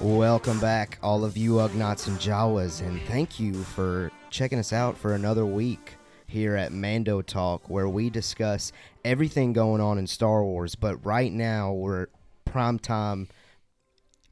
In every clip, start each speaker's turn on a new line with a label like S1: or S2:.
S1: Welcome back, all of you Ugnots and Jawas, and thank you for checking us out for another week here at Mando Talk, where we discuss everything going on in Star Wars. But right now, we're prime time,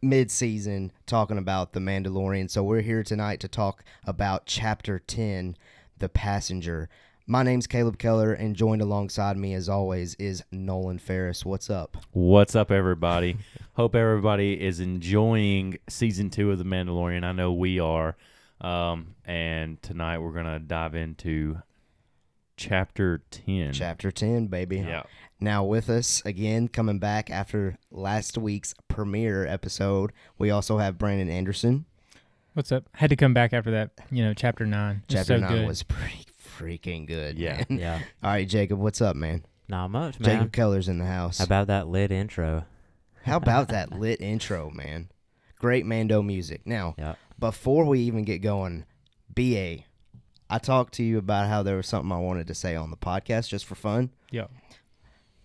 S1: mid season, talking about The Mandalorian. So we're here tonight to talk about Chapter 10, The Passenger. My name's Caleb Keller, and joined alongside me, as always, is Nolan Ferris. What's up?
S2: What's up, everybody? Hope everybody is enjoying season two of The Mandalorian. I know we are. Um, and tonight we're going to dive into chapter 10.
S1: Chapter 10, baby.
S2: Yeah.
S1: Now with us again, coming back after last week's premiere episode, we also have Brandon Anderson.
S3: What's up? Had to come back after that, you know, chapter nine. It was
S1: Chapter
S3: so
S1: nine
S3: good.
S1: was pretty freaking good.
S2: Yeah.
S1: man.
S4: Yeah,
S1: All right, Jacob, what's up, man?
S4: not much,
S1: Jacob
S4: man.
S1: Keller's in the house.
S4: About that lit intro.
S1: How about that lit intro, man? Great Mando music. Now,
S4: Yeah.
S1: before we even get going, BA, I talked to you about how there was something I wanted to say on the podcast just for fun.
S3: Yeah.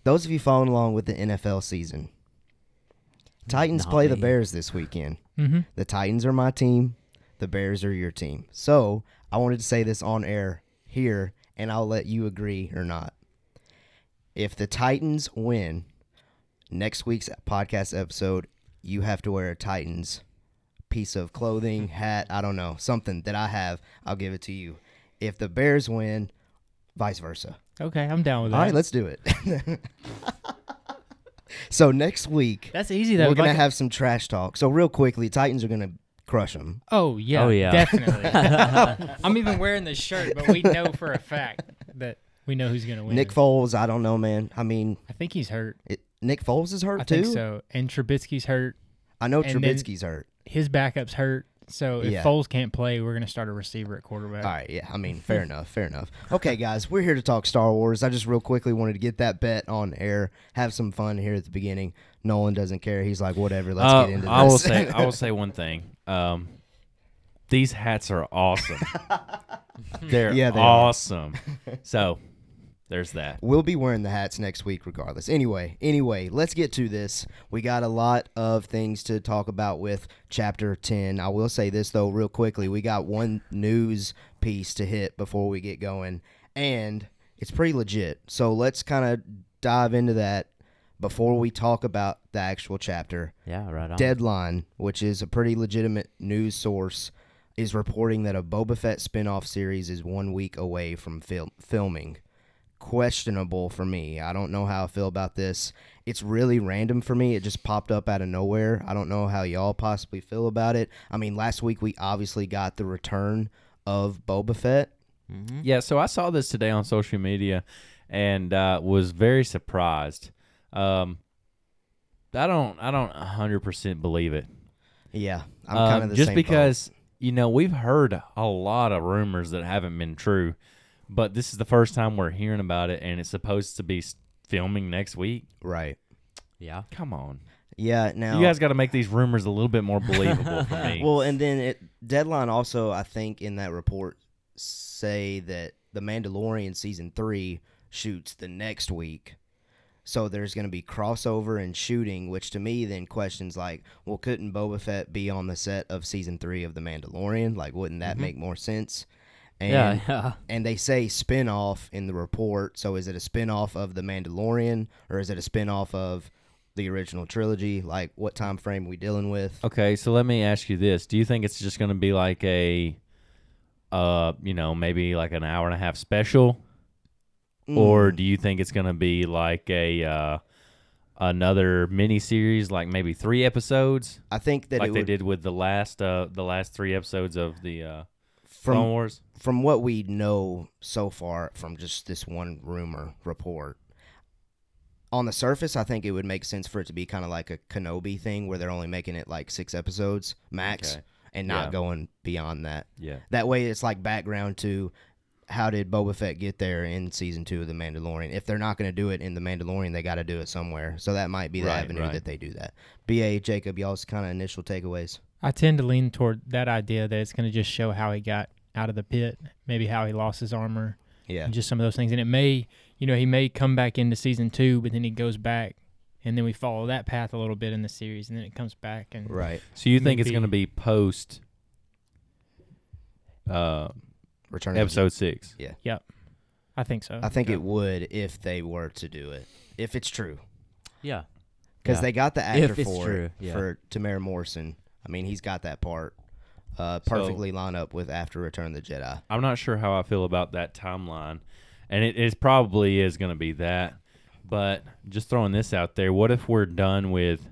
S1: Those of you following along with the NFL season, Titans
S4: Not
S1: play the
S4: me.
S1: Bears this weekend.
S3: Mm-hmm.
S1: The Titans are my team. The Bears are your team. So I wanted to say this on air here, and I'll let you agree or not. If the Titans win next week's podcast episode, you have to wear a Titans piece of clothing, hat, I don't know, something that I have. I'll give it to you. If the Bears win, vice versa.
S3: Okay, I'm down with that.
S1: All right, let's do it. so next week,
S3: That's easy though.
S1: we're going to
S3: Like-
S1: have some trash talk. So, real quickly, Titans are going to crush them.
S3: oh yeah.
S4: Oh, yeah.
S3: Definitely. I'm even wearing this shirt, but we know for a fact that we know who's gonna win.
S1: Nick Foles, I don't know, man. I mean,
S3: I think he's hurt.
S1: it, Nick Foles is hurt
S3: I
S1: too.
S3: think so. And Trubisky's hurt.
S1: I know
S3: And then-
S1: Trubisky's hurt.
S3: His backup's hurt. So if
S1: Yeah.
S3: Foles can't play, we're gonna start a receiver at quarterback.
S1: All right, yeah. I mean, fair enough, fair enough. Okay, guys, we're here to talk Star Wars. I just real quickly wanted to get that bet on air, have some fun here at the beginning. Nolan doesn't care. He's like, whatever. Let's
S2: Uh,
S1: get into this.
S2: I will say I will say one thing. Um, these hats are awesome. They're
S1: Yeah, they are.
S2: awesome. So there's that.
S1: We'll be wearing the hats next week, regardless. Anyway, anyway, let's get to this. We got a lot of things to talk about with chapter 10. I will say this, though, real quickly. We got one news piece to hit before we get going, and it's pretty legit. So let's kind of dive into that before we talk about the actual chapter.
S4: Yeah, right on.
S1: Um, Deadline, which is a pretty legitimate news source, is reporting that a Boba Fett spinoff series is one week away from fil- filming. Questionable for me. I don't know how I feel about this. It's really random for me. It just popped up out of nowhere. I don't know how y'all possibly feel about it. I mean, last week we obviously got the return of Boba Fett.
S4: Mhm.
S2: Yeah, so I saw this today on social media and uh, was very surprised. Um, I don't I don't 100% believe it.
S1: Yeah, I'm
S2: Um,
S1: kind of the
S2: just
S1: same boat.
S2: because you know we've heard a lot of rumors that haven't been true, but this is the first time we're hearing about it, and it's supposed to be s- filming next week.
S1: right.
S4: Yeah.
S2: Come on,
S1: Yeah. Now
S2: you guys got to make these rumors a little bit more believable for me.
S1: Well, and then it, Deadline also, I think, in that report, say that the Mandalorian season three shoots the next week. So there's going to be crossover and shooting, which to me then questions like, well, couldn't Boba Fett be on the set of season three of the Mandalorian? Like, wouldn't
S2: Mm-hmm.
S1: that make more sense? And,
S4: yeah, yeah.
S1: and they say spin-off in the report. So is it a spin-off of The Mandalorian or is it a spin-off of the original trilogy? Like what time frame we dealing with?
S2: okay, so let me ask you this: Do you think it's just going to be like a, uh, you know, maybe like an hour and a half special,
S1: Mm, Mm-hmm.
S2: or do you think it's going to be like a uh, another mini series, like maybe three episodes?
S1: I think that
S2: like
S1: it
S2: they
S1: would,
S2: did with the last uh the last three episodes of the uh Clone
S1: from
S2: Wars.
S1: from what we know so far from just this one rumor report. On the surface, I think it would make sense for it to be kind of like a Kenobi thing, where they're only making it like six episodes max,
S2: Okay.
S1: and not
S2: Yeah.
S1: going beyond that.
S2: Yeah.
S1: That way, it's like background to how did Boba Fett get there in season two of The Mandalorian. If they're not going to do it in The Mandalorian, they got to do it somewhere. So that might be the
S2: Right,
S1: avenue
S2: right.
S1: that they do that. Ba Jacob, y'all's kind of initial takeaways.
S3: I tend to lean toward that idea that it's gonna just show how he got out of the pit, maybe how he lost his armor.
S1: Yeah,
S3: and just some of those things. And it may, you know, he may come back into season two, but then he goes back and then we follow that path a little bit in the series, and then it comes back and
S1: Right.
S2: So you think it's going to
S3: Maybe-
S2: be post uh,
S1: Return of the
S2: episode six?
S3: I think so.
S1: I think
S2: Okay.
S1: it would if they were to do it, if it's true,
S4: Yeah.
S1: because
S2: Yeah.
S1: they got the actor
S4: If it's
S1: for
S4: true,
S1: it,
S4: yeah.
S1: for Tamara Morrison. I mean, he's got that part uh, perfectly line up with after Return of the Jedi.
S2: I'm not sure how I feel about that timeline, and it is probably is going to be that. But just throwing this out there, what if we're done with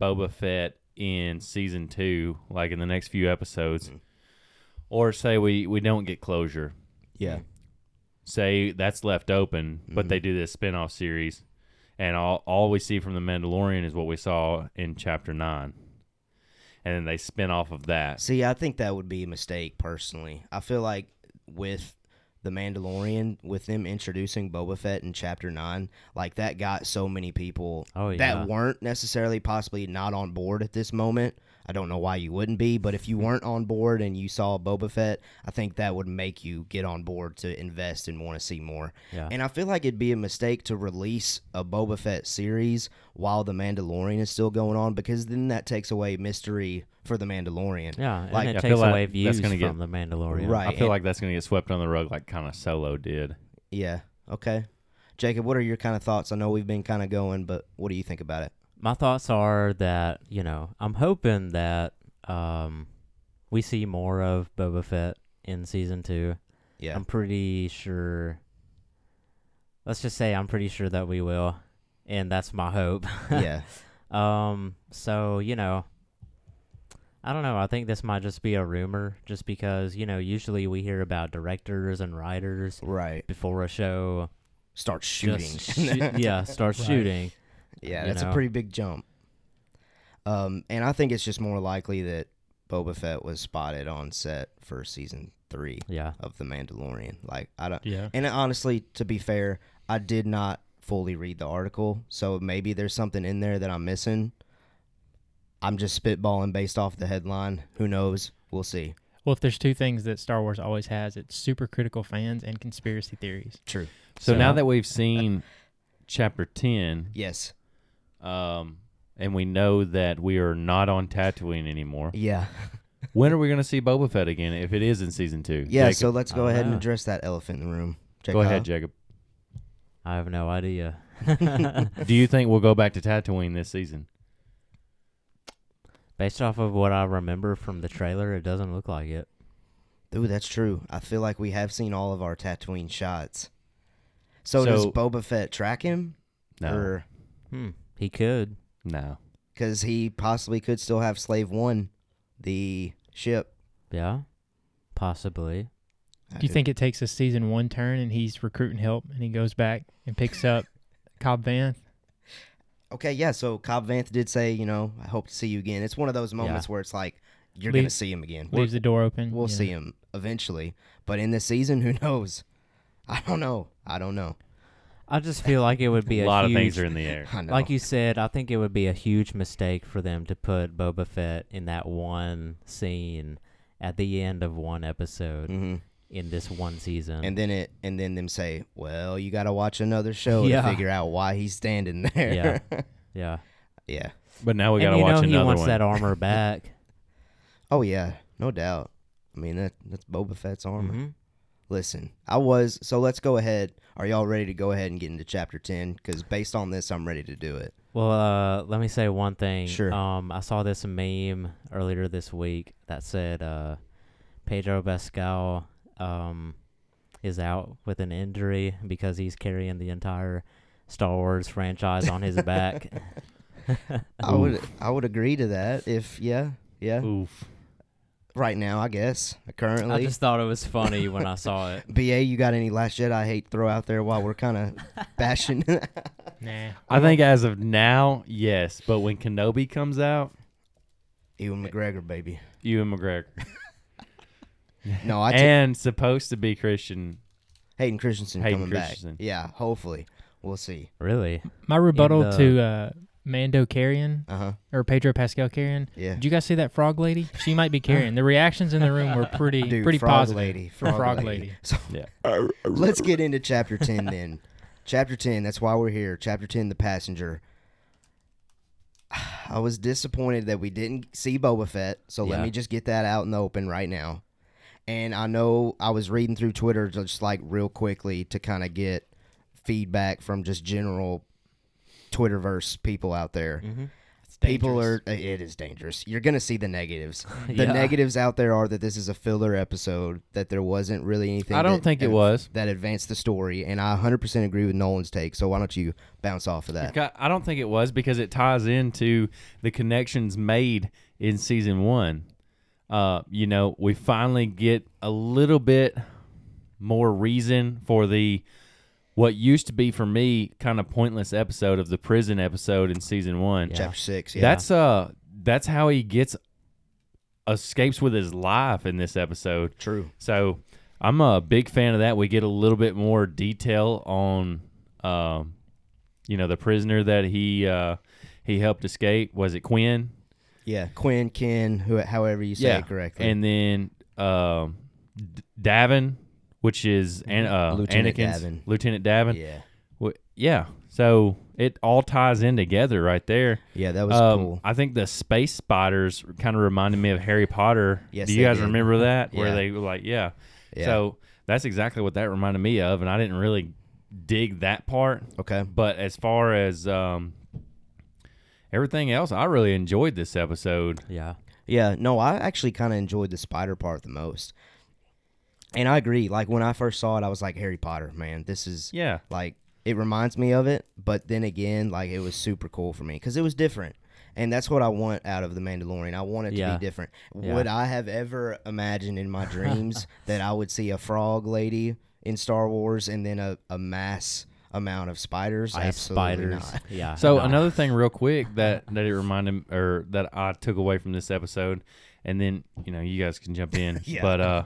S2: Boba Fett in season two, like in the next few episodes, or say we we don't get closure,
S1: Yeah,
S2: say that's left open, but they do this spin-off series, and all all we see from the Mandalorian is what we saw in chapter nine, and then they spin off of that.
S1: See, I think that would be a mistake personally. I feel like with the Mandalorian, with them introducing Boba Fett in Chapter Nine, like that got so many people
S4: Oh, yeah.
S1: that weren't necessarily possibly not on board at this moment. I don't know why you wouldn't be, but if you weren't on board and you saw Boba Fett, I think that would make you get on board to invest and want to see more.
S4: Yeah.
S1: And I feel like it'd be a mistake to release a Boba Fett series while The Mandalorian is still going on because then that takes away mystery for The Mandalorian.
S4: Yeah. And
S1: Like,
S4: it
S2: I feel
S4: takes
S2: like
S4: away
S2: that's
S4: views
S2: gonna
S4: from
S2: get-
S4: the Mandalorian.
S1: Right.
S2: I feel
S1: and-
S2: like that's going to get swept on the rug, like kind of Solo did.
S1: Yeah. Okay. Jacob, what are your kind of thoughts? I know we've been kind of going, but what do you think about it?
S4: My thoughts are that, you know, I'm hoping that um we see more of Boba Fett in season two.
S1: Yeah.
S4: I'm pretty sure. Let's just say I'm pretty sure that we will, and that's my hope.
S1: yeah.
S4: Um. So you know, I don't know. I think this might just be a rumor, just because you know usually we hear about directors and writers
S1: Right.
S4: before a show
S1: Start shooting.
S4: just shoo- yeah starts
S3: Right.
S4: shooting.
S1: yeah,
S4: you
S1: that's a
S4: know.
S1: pretty big jump. Um, and I think it's just more likely that Boba Fett was spotted on set for season three
S4: Yeah.
S1: of The Mandalorian. Like, I don't.
S3: yeah.
S1: And honestly, to be fair, I did not fully read the article, so maybe there's something in there that I'm missing. I'm just spitballing based off the headline. Who knows? We'll see.
S3: Well, if there's two things that Star Wars always has, it's super critical fans and conspiracy theories.
S1: True.
S2: So, now
S4: So-
S2: that we've seen chapter 10,
S1: Yes.
S2: um, and we know that we are not on Tatooine anymore,
S1: Yeah.
S2: when are we going to see Boba Fett again if it is in season two?
S1: Yeah.
S2: Jacob,
S1: So let's go
S4: I
S1: ahead and
S4: dunno.
S1: address that elephant in the room.
S2: go ahead,
S1: Jacob.
S2: Jacob.
S4: I have no idea.
S2: Do you think we'll go back to Tatooine this season?
S4: Based off of what I remember from the trailer, it doesn't look like it.
S1: Ooh, that's true. I feel like we have seen all of our Tatooine shots. So, does
S2: So-
S1: Boba Fett track him?
S2: No.
S1: Or
S4: Hmm. He could.
S2: No.
S1: because he possibly could still have Slave One, the ship.
S4: Yeah. Possibly.
S1: I
S3: Do you think it takes a season one turn and he's recruiting help and he goes back and picks up Cobb Van?
S1: Okay, yeah. So Cobb Vanth did say, you know, I hope to see you again. It's one of those moments where it's like you're
S3: Leave-
S1: gonna see him again. We'll,
S3: Leaves the door open.
S1: we'll
S3: Yeah.
S1: see him eventually, but in this season, who knows? I don't know. I don't know.
S4: I just feel like it would be
S2: A
S4: a,
S2: lot of
S4: huge,
S2: things are in the air.
S1: I know.
S4: Like you said, I think it would be a huge mistake for them to put Boba Fett in that one scene at the end of one episode
S1: Mhm.
S4: in this one season.
S1: and then it and then them say, well, you got to watch another show
S4: Yeah.
S1: to figure out why he's standing there. Yeah.
S4: yeah.
S1: yeah.
S2: But now we got
S4: and
S2: to
S4: you
S2: watch
S4: know he
S2: another
S4: wants
S2: one.
S4: that armor back.
S1: Oh yeah, no doubt. I mean that that's Boba Fett's armor.
S4: Mhm.
S1: Listen, I was so let's go ahead. Are y'all ready to go ahead and get into chapter 10 cuz based on this I'm ready to do it.
S4: Well, uh, let me say one thing.
S1: Sure.
S4: Um, I saw this meme earlier this week that said uh, Pedro Pascal um, is out with an injury because he's carrying the entire Star Wars franchise on his back.
S1: I would I would agree to that if yeah, yeah.
S2: Oof.
S1: Right now, I guess. Currently.
S4: I just thought it was funny when I saw it.
S1: BA, you got any last Jedi hate to throw out there while we're kind of bashing?
S3: Nah.
S2: I think as of now, yes. But when Kenobi comes out,
S1: Ewan McGregor, baby.
S2: you and McGregor.
S1: No, I take
S2: and supposed to be Christian.
S1: Hayden Christensen
S2: Hayden
S1: coming back.
S2: Christensen.
S1: Yeah, hopefully. We'll see.
S4: Really?
S3: My rebuttal
S4: the-
S3: to uh, Mando Carrion
S1: Uh huh.
S3: or Pedro Pascal Carrion.
S1: Yeah.
S3: Did you guys see that frog lady? She might be carrying. The reactions in the room were pretty
S1: Dude,
S3: pretty
S1: frog
S3: positive.
S1: lady,
S3: Frog,
S1: frog,
S3: lady.
S1: lady. So
S2: Yeah.
S1: let's get into chapter 10 then. chapter 10, that's why we're here. Chapter 10, The Passenger. I was disappointed that we didn't see Boba Fett. So let
S4: Yeah.
S1: me just get that out in the open right now. And I know I was reading through Twitter just like real quickly to kind of get feedback from just general Twitterverse people out there.
S2: Mm-hmm.
S3: It's
S1: People
S3: dangerous.
S1: are it is dangerous. You're gonna see the negatives. The
S4: Yeah.
S1: negatives out there are that this is a filler episode. That there wasn't really anything.
S2: I don't
S1: that-
S2: think it was.
S1: that advanced the story, and I 100% agree with Nolan's take. So why don't you bounce off of that?
S2: Ca- I don't think it was because it ties into the connections made in season one. Uh, you know, we finally get a little bit more reason for the what used to be for me kind of pointless episode of the prison episode in season one.
S4: Yeah.
S1: Chapter six. Yeah.
S2: That's uh, that's how he gets escapes with his life in this episode.
S1: true.
S2: So I'm a big fan of that. We get a little bit more detail on, um, you know, the prisoner that he uh, he helped escape. Was it Quinn?
S1: Yeah. Quinn, Ken, who, however you say it correctly.
S2: And then um, D- Davin, which is An- uh,
S1: Mm-hmm. Lieutenant
S2: Anakin's
S1: Davin.
S2: Lieutenant Davin.
S1: yeah.
S2: Wh- yeah. So it all ties in together right there.
S1: Yeah, that was
S2: Um,
S1: cool.
S2: I think the space spiders kind of reminded me of Harry Potter.
S1: Yes,
S2: Do you
S1: they
S2: guys
S1: did. Uh-huh.
S2: remember that?
S1: Yeah.
S2: Where they were like, yeah.
S1: Yeah.
S2: So that's exactly what that reminded me of, and I didn't really dig that part.
S1: Okay.
S2: But as far as um, everything else, I really enjoyed this episode.
S4: Yeah.
S1: Yeah. No, I actually kind of enjoyed the spider part the most. And I agree. Like when I first saw it, I was like, Harry Potter, man, this is
S2: Yeah.
S1: like it reminds me of it but then again like it was super cool for me because it was different and that's what i want out of the mandalorian i want it to
S4: Yeah.
S1: be different
S4: Yeah.
S1: would i have ever imagined in my dreams that i would see a frog lady in star wars and then a, a mass amount of spiders
S4: Ice
S1: absolutely
S4: spiders.
S1: not
S4: Yeah.
S2: So
S4: no.
S2: another thing, real quick, that that it reminded or that I took away from this episode, and then you know you guys can jump in,
S1: Yeah.
S2: but uh,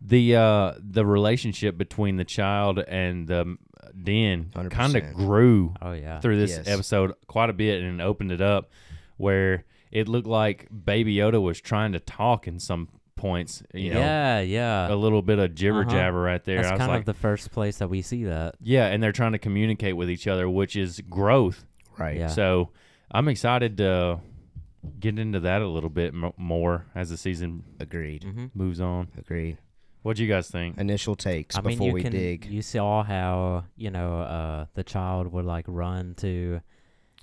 S2: the uh, the relationship between the child and the den kind of
S1: 100%.
S2: grew
S4: Oh yeah.
S2: through this
S1: Yes.
S2: episode quite a bit and opened it up where it looked like Baby Yoda was trying to talk in some points, you know,
S4: yeah. Yeah.
S2: a little bit of jibber
S4: Uh-huh.
S2: jabber right there.
S4: That's
S2: I was
S4: kind
S2: like,
S4: of the first place that we see that.
S2: yeah, and they're trying to communicate with each other, which is growth.
S1: right
S4: Yeah.
S2: So I'm excited to get into that a little bit m- more as the season
S1: agreed
S4: Mm. Mm-hmm.
S2: moves on.
S1: agreed
S2: What do you guys think?
S1: initial takes
S4: I mean,
S1: before
S4: you
S1: we
S4: can,
S1: dig
S4: You saw how you know uh, the child would like run to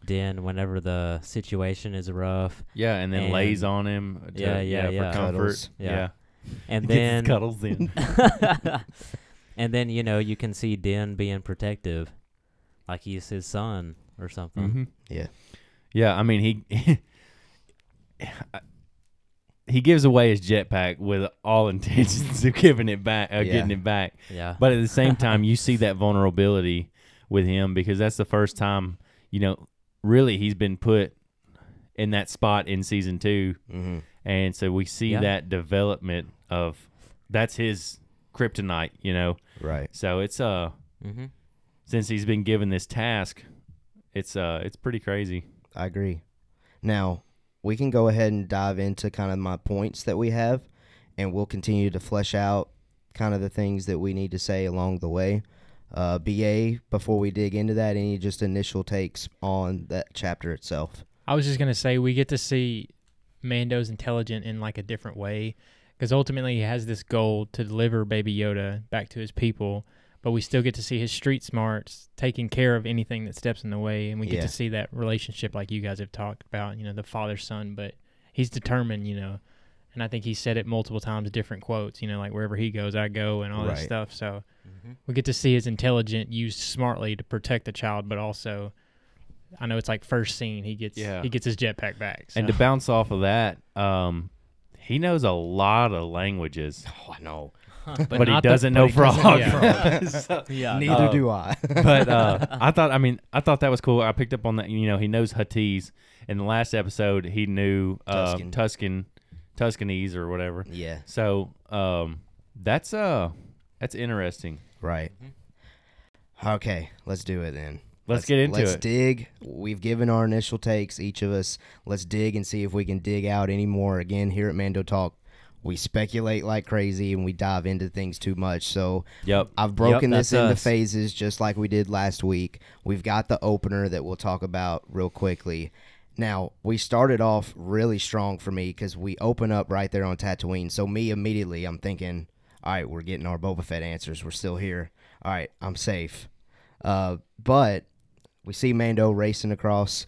S4: Den whenever the situation is rough,
S2: Yeah, and then
S4: And-
S2: lays on him. to-
S4: Yeah, yeah,
S2: for
S4: yeah.
S2: comfort.
S1: Cuddles.
S4: Yeah.
S2: Yeah,
S4: and
S2: Gets his
S4: then
S2: cuddles in.
S4: and then you know you can see Den being protective, like he's his son or something.
S2: Mhm.
S1: Yeah.
S2: Yeah, I mean he he gives away his jetpack with all intentions of giving it back, uh,
S1: Yeah.
S2: getting it back.
S1: Mm-hmm.
S4: Yeah,
S2: But at the same time, you see that vulnerability with him because that's the first time, you know, really he's been put in that spot in season 2.
S1: hmm
S2: And so we see
S4: Yeah.
S2: that development of that's his kryptonite, you know.
S1: right
S2: So it's uh
S4: mm-hmm.
S2: since he's been given this task, it's uh it's pretty crazy.
S1: I agree. Now, we can go ahead and dive into kind of my points that we have, and we'll continue to flesh out kind of the things that we need to say along the way. Uh, BA, before we dig into that, any just initial takes on that chapter itself?
S3: I was just gonna say we get to see Mando's intelligent in like a different way, because ultimately he has this goal to deliver Baby Yoda back to his people, but we still get to see his street smarts taking care of anything that steps in the way, and we get
S1: Yeah.
S3: to see that relationship like you guys have talked about, you know, the father son. But he's determined, you know, and I think he said it multiple times, different quotes, you know, like wherever he goes, I go, and all this
S1: Right.
S3: stuff. So
S4: Mm-hmm.
S3: we get to see his intelligent used smartly to protect the child, but also, I know it's like first scene he gets
S2: Yeah.
S3: he gets his jetpack back. So.
S2: And to bounce off of that, um, he knows a lot of languages,
S1: Oh, I know.
S2: but, he
S3: not the-
S2: doesn't
S3: but
S2: know
S3: he doesn't-
S2: frog.
S3: yeah.
S4: yeah,
S1: Neither
S2: Uh,
S1: do I.
S2: but uh, I thought, I mean, I thought that was cool. I picked up on that. You know, he knows Huttese. In the last episode, he knew uh,
S1: Tuscan.
S2: Tuscan. Tuscan, Tuscanese or whatever.
S1: yeah,
S2: So um, that's uh, that's interesting.
S1: right. Okay, let's do it then.
S2: Mm-hmm. Let's get into
S1: let's
S2: it.
S1: dig. We've given our initial takes, each of us. Let's dig and see if we can dig out any more. Again, here at Mando Talk, we speculate like crazy and we dive into things too much. So
S2: Yep.
S1: I've broken
S4: Yep,
S1: this
S4: that's
S1: into
S4: us.
S1: phases just like we did last week. We've got the opener that we'll talk about real quickly. Now, we started off really strong for me because we open up right there on Tatooine. So, me immediately, I'm thinking, all right, we're getting our Boba Fett answers. We're still here. All right, I'm safe. Uh, but we see Mando racing across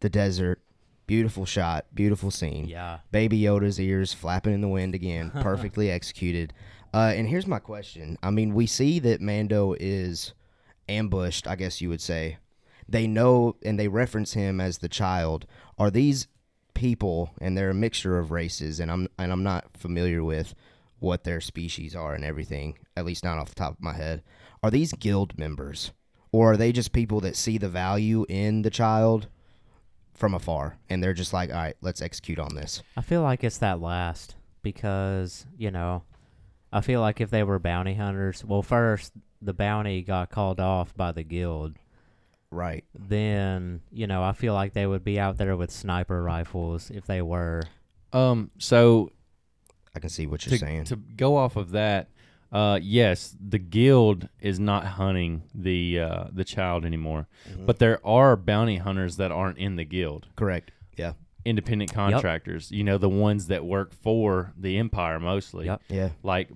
S1: the desert. Beautiful shot, beautiful scene.
S4: Yeah.
S1: Baby Yoda's ears flapping in the wind again, perfectly executed. Uh, and here's my question. I mean, we see that Mando is ambushed, I guess you would say. They know and they reference him as the child. Are these people and they're a mixture of races and I'm and I'm not familiar with what their species are and everything, at least not off the top of my head. Are these guild members? Or are they just people that see the value in the child from afar and they're just like, all right, let's execute on this?
S4: I feel like it's that last because, you know, I feel like if they were bounty hunters, well, first, the bounty got called off by the guild.
S1: Right.
S4: Then, you know, I feel like they would be out there with sniper rifles if they were.
S2: Um, so
S1: I can see what you're
S2: to,
S1: saying.
S2: to go off of that, uh, yes, the guild is not hunting the uh, the child anymore,
S4: Mm-hmm.
S2: but there are bounty hunters that aren't in the guild,
S1: Correct. Yeah.
S2: independent contractors. You know, the ones that work for the empire mostly,
S4: Yep.
S1: Yeah.
S2: like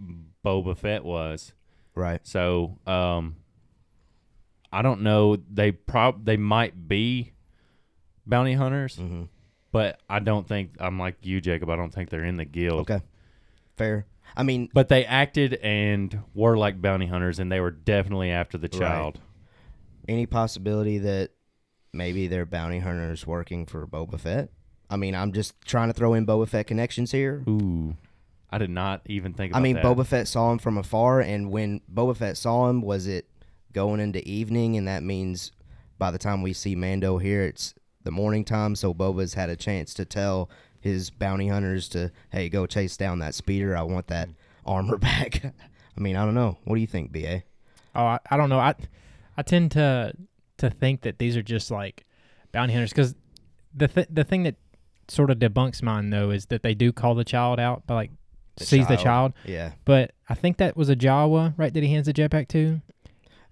S2: Boba Fett was.
S1: Right.
S2: So, um, I don't know. They prob they might be bounty hunters,
S1: Mm-hmm.
S2: but I don't think I'm like you, Jacob. I don't think they're in the guild.
S1: Okay. Fair. I mean,
S2: But they acted and were like bounty hunters, and they were definitely after the child.
S1: any possibility that maybe they're bounty hunters working for Boba Fett? I mean, I'm just trying to throw in Boba Fett connections here.
S2: Ooh, I did not even think.
S1: I
S2: about
S1: mean,
S2: that.
S1: Boba Fett saw him from afar, and when Boba Fett saw him, was it going into evening? And that means by the time we see Mando here, it's the morning time, so Boba's had a chance to tell his bounty hunters to, hey, go chase down that speeder. I want
S2: Mm.
S1: that armor back. I mean, I don't know. What do you think, BA?
S3: Oh, I, I don't know. I I tend to to think that these are just like bounty hunters because the th- the thing that sort of debunks mine though is that they do call the child out, but like sees the child.
S1: Yeah.
S3: But I think that was a Jawa, right? That he hands the jetpack to.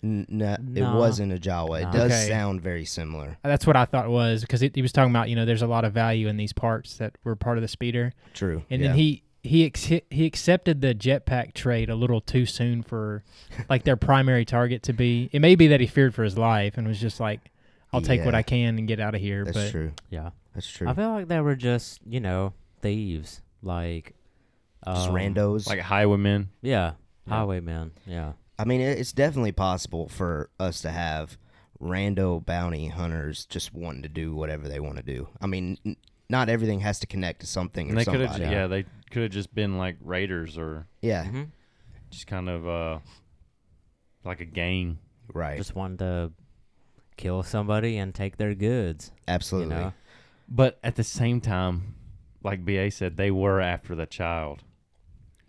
S1: N- no, it
S4: Nah.
S1: wasn't a Jawa. It
S4: Nah.
S1: does
S3: Okay.
S1: sound very similar.
S3: That's what I thought it was because he, he was talking about you know there's a lot of value in these parts that were part of the speeder,
S1: True.
S3: and
S1: yeah.
S3: then he. He, ex- he accepted the jetpack trade a little too soon for like their primary target to be. It may be that he feared for his life and was just like, "I'll take what
S1: Yeah.
S3: I can and get out of here."
S1: That's
S3: but
S1: true.
S4: Yeah.
S1: That's true.
S4: I feel like they were just, you know, thieves. Like,
S1: Just
S4: um,
S1: randos.
S2: like highwaymen.
S4: Yeah. Highwaymen. Yeah.
S1: I mean, it- it's definitely possible for us to have rando bounty hunters just wanting to do whatever they want to do. I mean, n- not everything has to connect to something
S2: And
S1: or
S2: they could have,
S1: somebody.
S2: yeah. they could have just been like raiders or
S1: Yeah,
S4: hmm
S2: just kind of uh, like a gang.
S1: right.
S4: Just wanted to kill somebody and take their goods.
S1: Absolutely.
S4: You know?
S2: But at the same time, like Ba said, they were after the child.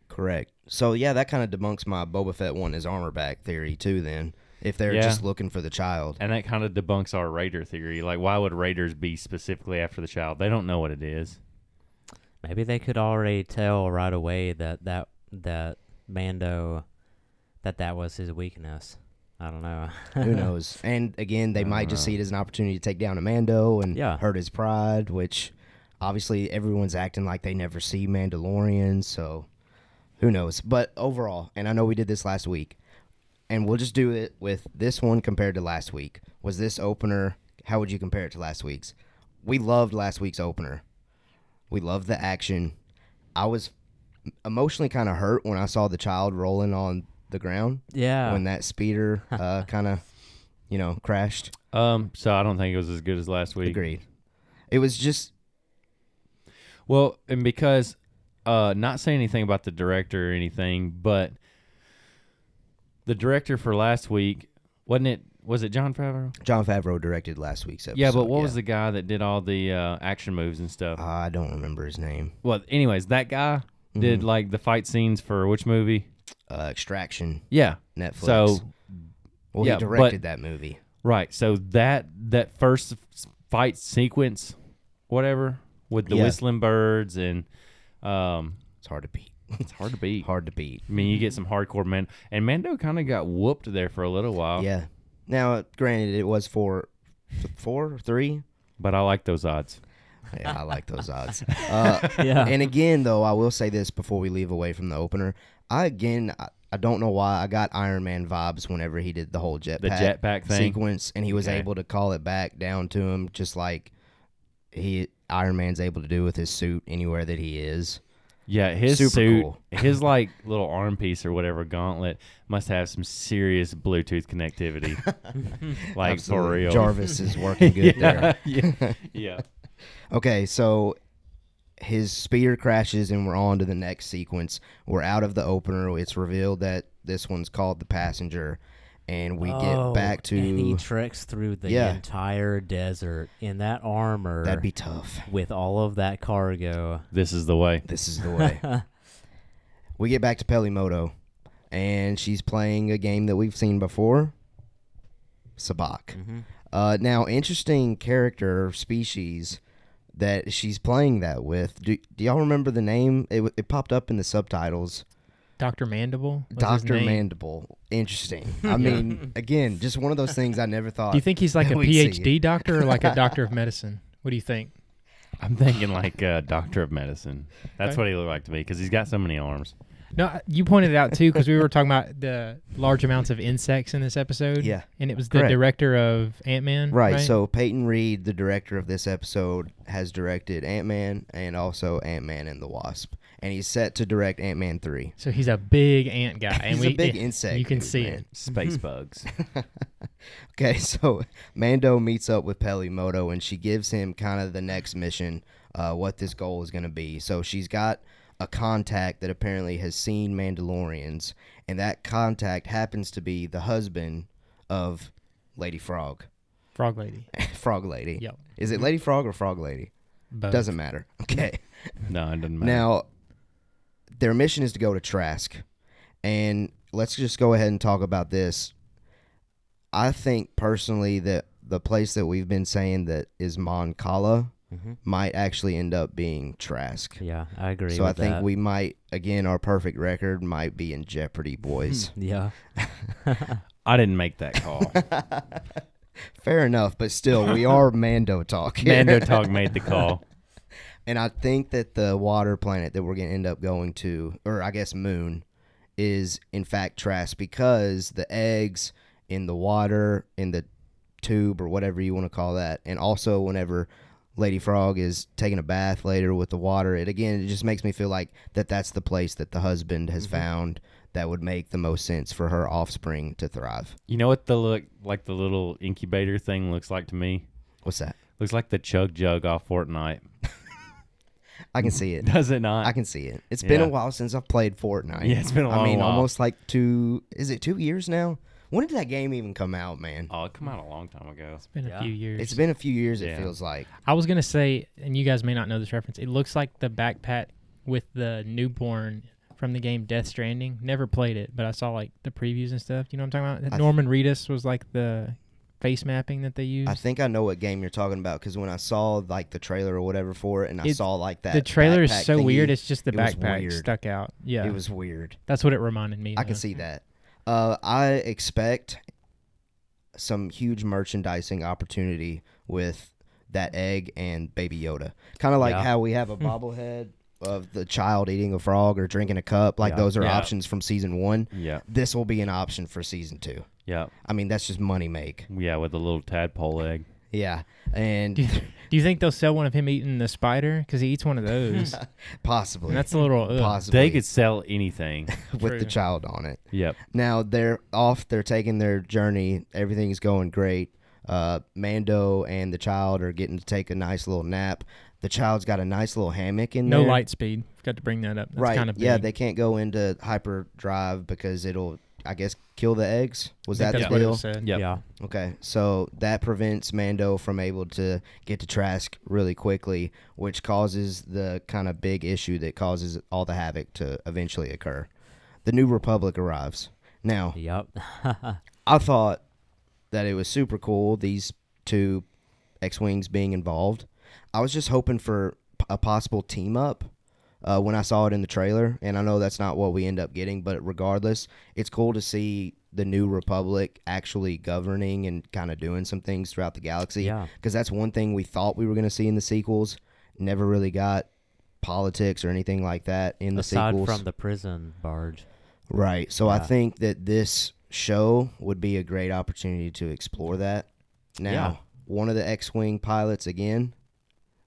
S1: Correct. So, yeah, that kind of debunks my Boba Fett one is armor back theory, too, then. If they're
S2: Yeah.
S1: just looking for the child.
S2: And that kind of debunks our raider theory. Like, why would raiders be specifically after the child? They don't know what it is.
S4: Maybe they could already tell right away that that that Mando that that was his weakness. I don't know.
S1: Who knows? And again, they
S2: I
S1: might
S2: don't
S1: just
S2: know.
S1: see it as an opportunity to take down a Mando and
S4: Yeah.
S1: hurt his pride, which obviously everyone's acting like they never see Mandalorians, so who knows? But overall, and I know we did this last week, and we'll just do it with this one compared to last week. Was this opener, how would you compare it to last week's? We loved last week's opener. We loved the action. I was emotionally kind of hurt when I saw the child rolling on the ground
S4: yeah.
S2: Oh.
S1: when that speeder uh, kind of, you know, crashed.
S2: Um, so I don't think it was as good as last week.
S1: Agreed. It was just
S2: Well, and because uh not saying anything about the director or anything, but the director for last week wasn't it was it John Favreau?
S1: John Favreau directed last week's episode. Ah,
S2: yeah, Uh, but what was the guy that did all the uh, action moves and stuff?
S1: I don't remember his name.
S2: well, anyways, that guy did like the fight scenes for which movie?
S1: Uh, Extraction,
S2: Yeah.
S1: Netflix.
S2: So
S1: well,
S2: yeah,
S1: he
S2: but-
S1: directed that movie.
S2: right, so that that first s- fight sequence whatever with the
S1: Yeah.
S2: whistling birds and um
S1: It's hard to beat.
S2: it's hard to beat.
S1: Hard to beat.
S2: I mean, you get some hardcore man, and Mando kind of got whooped there for a little while.
S1: Yeah. Now, granted, it was for four, three.
S2: but I like those odds.
S1: yeah, I like those odds. Uh,
S4: Yeah.
S1: and again, though, I will say this before we leave away from the opener. I again, I, I don't know why I got Iron Man vibes whenever he did the whole jetpack,
S2: The jetpack thing?
S1: sequence, and he was
S2: Okay.
S1: able to call it back down to him, just like he Iron Man's able to do with his suit anywhere that he is.
S2: Yeah, his
S1: Super
S2: suit,
S1: cool.
S2: his like little arm piece or whatever gauntlet must have some serious Bluetooth connectivity. like for
S1: Absolutely.
S2: real,
S1: Jarvis is working good there.
S2: yeah, yeah.
S1: Okay, so his speeder crashes and we're on to the next sequence. We're out of the opener. It's revealed that this one's called the passenger, and we
S4: Oh,
S1: get back to
S4: and he treks through the
S1: Yeah.
S4: entire desert in that armor
S1: that'd be tough.
S4: with all of that cargo.
S2: This is the way.
S1: This is the way. we get back to Pelimoto, and she's playing a game that we've seen before, Sabak. Uh, now, interesting character species that she's playing that with. Do, do y'all remember the name? It, w- it popped up in the subtitles.
S3: Doctor Mandible. was his
S1: Doctor
S3: name.
S1: Mandible. Interesting. I mean, again, just one of those things I never thought.
S3: Do you think he's like a
S1: We'd see.
S3: PhD doctor or like a doctor of medicine? What do you think?
S2: I'm thinking like a doctor of medicine. That's
S3: Okay.
S2: what he looked like to me because he's got so many arms.
S3: No, you pointed it out too because we were talking about the large amounts of insects in this episode.
S1: Yeah.
S3: and it was the
S1: Correct.
S3: director of Ant Man.
S1: Right, So Peyton Reed, the director of this episode, has directed Ant Man and also Ant Man and the Wasp, and he's set to direct Ant Man three.
S3: so he's a big ant guy, and
S1: He's
S3: we
S1: a big
S3: yeah,
S1: insect.
S3: You can
S1: dude,
S3: see
S1: man.
S3: it.
S2: Space bugs.
S1: Okay, so Mando meets up with Pelimoto and she gives him kind of the next mission, uh, what this goal is going to be. So she's got a contact that apparently has seen Mandalorians, and that contact happens to be the husband of Lady Frog.
S3: Frog Lady.
S1: Frog Lady.
S3: Yep.
S1: Is it Lady Frog or Frog Lady?
S3: Both.
S1: Doesn't matter. Okay.
S2: No, it doesn't matter.
S1: Now, their mission is to go to Trask. And let's just go ahead and talk about this. I think personally that the place that we've been saying that is Mon Cala
S4: Mhm.
S1: might actually end up being Trask.
S4: Yeah, I agree.
S1: So I
S4: with
S1: think
S4: that.
S1: we might, again, our perfect record might be in jeopardy, boys.
S4: Yeah.
S2: I didn't make that call.
S1: Fair enough, but still, we are Mando talk. here.
S2: Mando Tog made the call.
S1: And I think that the water planet that we're going to end up going to, or I guess moon, is in fact Trask because the eggs in the water, in the tube, or whatever you want to call that. And also, whenever Lady Frog is taking a bath later with the water, it again, it just makes me feel like that that's the place that the husband has found that would make the most sense for her offspring to thrive.
S2: You know what the look like the little incubator thing looks like to me?
S1: What's that?
S2: Looks like the chug jug off Fortnite.
S1: I can see it.
S2: Does it not?
S1: I can see it. It's been a
S2: Yeah.
S1: while since I've played Fortnite.
S2: Yeah, it's been a
S1: I
S2: long
S1: mean,
S2: while.
S1: almost like two. Is it two years now? When did that game even come out, man?
S2: oh, it come out a long time ago.
S3: It's been a
S4: Yeah.
S3: few years.
S1: It's been a few years. It
S2: Yeah.
S1: feels like.
S3: I was gonna say, and you guys may not know this reference. It looks like the backpack with the newborn from the game Death Stranding. Never played it, but I saw like the previews and stuff. You know what I'm talking about?
S1: I-
S3: Norman Reedus was like the face mapping that they used.
S1: I think I know what game you're talking about because when I saw like the trailer or whatever for it, and I
S3: It-
S1: saw like that.
S3: the trailer
S1: backpack
S3: is so
S1: thingy,
S3: weird. It's just the
S1: it was
S3: backpack
S1: weird.
S3: stuck out. Yeah,
S1: It was weird.
S3: that's what it reminded me.
S1: I can
S3: of.
S1: see that. Uh, I expect some huge merchandising opportunity with that egg and Baby Yoda. Kind of like
S4: Yeah.
S1: how we have a bobblehead of the child eating a frog or drinking a cup. Like
S4: Yeah.
S1: those are
S2: Yeah.
S1: options from season one.
S2: Yeah,
S1: This will be an option for season two.
S2: yeah,
S1: I mean, that's just money make.
S2: yeah. With a little tadpole egg.
S1: Yeah. And
S3: Do you, do you think they'll sell one of him eating the spider? Because he eats one of those.
S1: possibly.
S3: and that's uh, a little. ugh.
S1: possibly.
S2: They could sell anything.
S1: with the
S3: True.
S1: child on it.
S2: yep.
S1: Now they're off. They're taking their journey. Everything's going great. Uh, Mando and the child are getting to take a nice little nap. The child's got a nice little hammock in
S3: No
S1: there.
S3: light speed. Got to bring that up. That's
S1: right?
S3: Kind of
S1: yeah,
S3: big.
S1: they can't go into hyperdrive because it'll, I guess, kill the eggs. Was
S3: I
S1: that
S3: think
S1: the
S3: that's what it
S1: deal?
S3: was said.
S2: Yep.
S4: Yeah.
S1: Okay, so that prevents Mando from able to get to Trask really quickly, which causes the kind of big issue that causes all the havoc to eventually occur. The New Republic arrives. Now,
S4: Yep.
S1: I thought that it was super cool, these two X Wings being involved. I was just hoping for p- a possible team up uh, when I saw it in the trailer, and I know that's not what we end up getting, but regardless, it's cool to see the new Republic actually governing and kind of doing some things throughout the galaxy.
S4: Yeah.
S1: Because that's one thing we thought we were going to see in the sequels, Never really got politics or anything like that in the
S4: aside
S1: sequels.
S4: from the prison barge.
S1: right. So I
S4: Yeah.
S1: think that this show would be a great opportunity to explore that. Now,
S4: Yeah.
S1: one of the X-wing pilots again,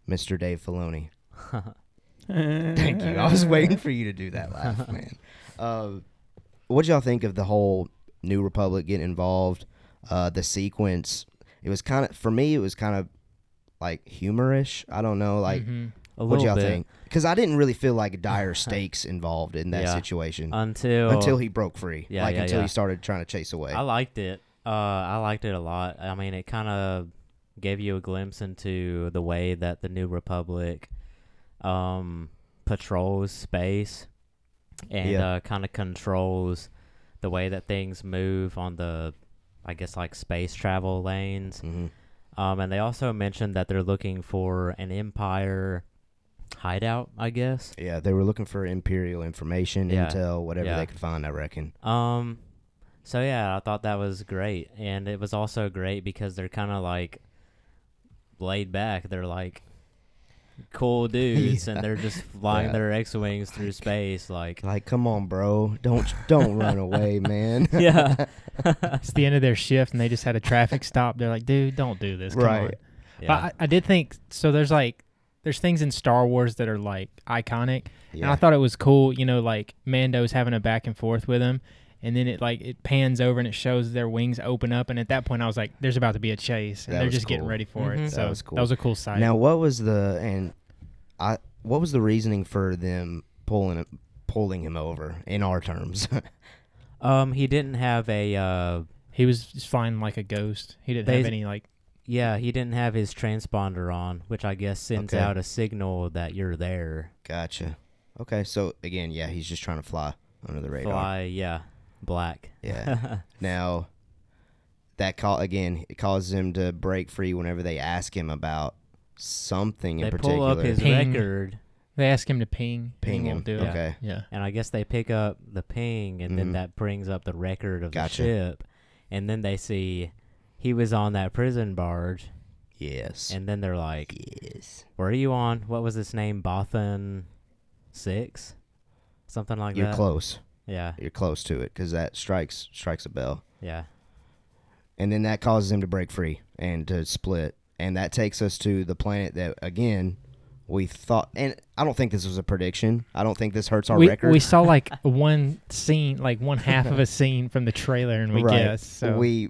S1: Mr. Dave Filoni. Thank you. I was waiting for you to do that laugh, man. Uh, what y'all think of the whole New Republic getting involved? Uh, the sequence. It was kind of for me. It was kind of like humorish. I don't know. Like,
S3: Mhm.
S4: A
S1: what
S4: little
S1: y'all
S4: bit
S1: think? Because I didn't really feel like dire stakes involved in that
S4: Yeah.
S1: situation
S4: until
S1: until he broke free.
S4: Yeah,
S1: like
S4: yeah,
S1: until
S4: yeah.
S1: he started trying to chase away.
S4: I liked it. Uh, I liked it a lot. I mean, it kind of gave you a glimpse into the way that the New Republic um, patrols space and
S1: Yeah.
S4: uh, kind of controls the way that things move on the, I guess, like space travel lanes.
S1: hmm
S4: Um, and they also mentioned that they're looking for an Empire hideout, I guess.
S1: Yeah, they were looking for imperial information,
S4: Yeah.
S1: intel, whatever
S4: Yeah.
S1: they could find. I reckon.
S4: Um, so yeah, I thought that was great, and it was also great because they're kind of like laid back. They're like cool dudes, and they're just flying
S1: Yeah.
S4: their X wings through space, like
S1: Like, come on, bro, don't don't run away, man.
S4: yeah,
S3: It's the end of their shift, and they just had a traffic stop. They're like, "Dude, don't do this." Come
S1: Right.
S3: on." But
S4: yeah.
S3: I, I did think so. There's like there's things in Star Wars that are like iconic, and
S1: Yeah.
S3: I thought it was cool. You know, like Mando's having a back and forth with him, and then it like it pans over and it shows their wings open up, and at that point I was like, "There's about to be a chase," and
S1: That
S3: they're
S1: was
S3: just getting
S1: cool. Mm-hmm.
S3: ready for
S4: Mhm.
S3: it.
S1: That
S3: So
S1: was cool.
S3: That was a cool sight.
S1: Now, what was the and I? What was the reasoning for them pulling pulling him over in our terms?
S4: um, he didn't have a uh,
S3: he was just flying like a ghost. He didn't
S4: They-
S3: have any like.
S4: yeah, he didn't have his transponder on, which I guess sends
S1: Okay.
S4: out a signal that you're there.
S1: gotcha. Okay, so again, yeah, he's just trying to fly under the radar.
S4: Fly, yeah, black.
S1: Yeah. now, that call again it causes him to break free whenever they ask him about something
S4: they
S1: in particular.
S4: pull up his
S3: Ping.
S4: record.
S3: They ask him to ping. and he
S1: Ping
S3: won't
S1: him.
S3: Do it.
S1: Okay.
S3: Yeah.
S4: and I guess they pick up the ping, and
S1: Mhm.
S4: then that brings up the record of
S1: Gotcha.
S4: the ship, and then they see he was on that prison barge,
S1: Yes.
S4: and then they're like,
S1: yes.
S4: "Were you on what was his name, Bothan Six, something like
S1: You're
S4: that?"
S1: close.
S4: Yeah,
S1: You're close to it because that strikes strikes a bell.
S4: yeah,
S1: and then that causes him to break free and to split and that takes us to the planet that again we thought and i don't think this was a prediction i don't think this hurts our
S3: we,
S1: record
S3: we saw like one scene, like one half of a scene from the trailer, and we
S1: Right.
S3: guess. So
S1: we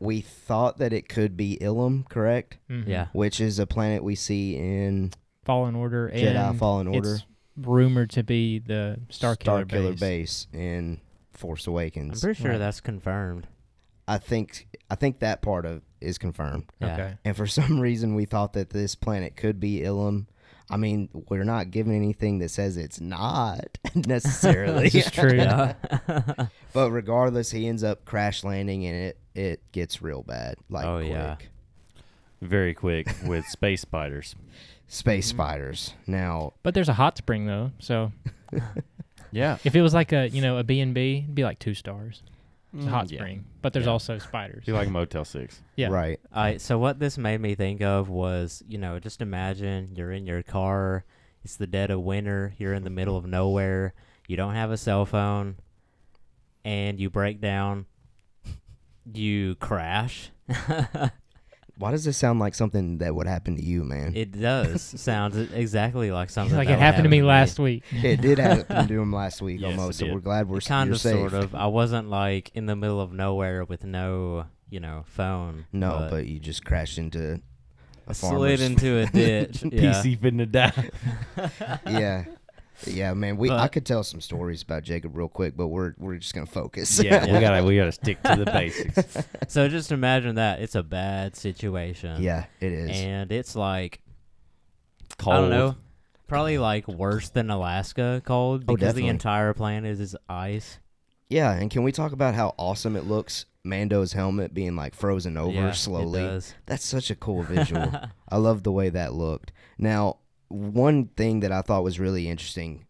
S1: we thought that it could be Ilum, correct?
S3: Mhm.
S4: yeah.
S1: Which is a planet we see in
S3: Fallen Order and
S1: Jedi Fallen Order,
S3: It's rumored to be the Star Killer, base.
S1: base. in Force
S4: I'm
S1: Awakens.
S4: pretty sure
S3: Right.
S4: that's confirmed.
S1: I think I think that part of is confirmed.
S4: Yeah.
S3: Okay.
S1: And for some reason, we thought that this planet could be Ilum. I mean, we're not given anything that says it's not necessarily.
S3: This is true.
S4: Yeah,
S1: but regardless, he ends up crash landing and it, it gets real bad. Like,
S4: Oh,
S1: quick.
S4: yeah.
S2: Very quick with space spiders.
S1: Space spiders. Now,
S3: But there's a hot spring though, so
S2: Yeah.
S3: if it was like a you know a B and B, it'd be like two stars. It's
S1: Mm,
S3: a hot spring, but there's
S2: Mm, Yeah.
S3: also spiders.
S2: Be like Motel Six.
S3: Yeah.
S1: right.
S4: All right, so what this made me think of was, you know, just imagine you're in your car, it's the dead of winter, you're in the middle of nowhere, you don't have a cell phone, and you break down, you crash.
S1: Why does this sound like something that would happen to you, man? It,
S4: It does sound e-, exactly like
S3: He's
S4: something.
S3: like
S4: that
S3: it
S4: would
S3: happened to
S4: happen
S3: me last week.
S1: did happen to him last week
S2: Yes,
S1: almost,
S2: it
S1: so we're
S2: did.
S1: glad we're
S4: Kind
S1: you're
S4: of,
S1: safe.
S4: sort of. I wasn't like in the middle of nowhere with no, you know, phone.
S1: No, but, you just crashed into a farmer's
S4: slid into a ditch. yeah.
S2: PC finna die.
S1: yeah. Yeah, man, we I
S4: But-
S1: could tell some stories about Jacob real quick, but we're we're just gonna focus.
S2: yeah, we
S4: Yeah.
S2: gotta we gotta stick to the basics.
S4: So just imagine that. It's a bad situation.
S1: yeah, it is.
S4: And it's like
S2: Cold.
S4: I don't know. Probably like worse than Alaska cold
S1: Oh,
S4: because the
S1: definitely.
S4: entire planet is ice.
S1: yeah, and can we talk about how awesome it looks? Mando's helmet being like frozen over
S4: Yeah, it
S1: slowly.
S4: does.
S1: That's such a cool visual. I love the way that looked. Now, one thing that I thought was really interesting.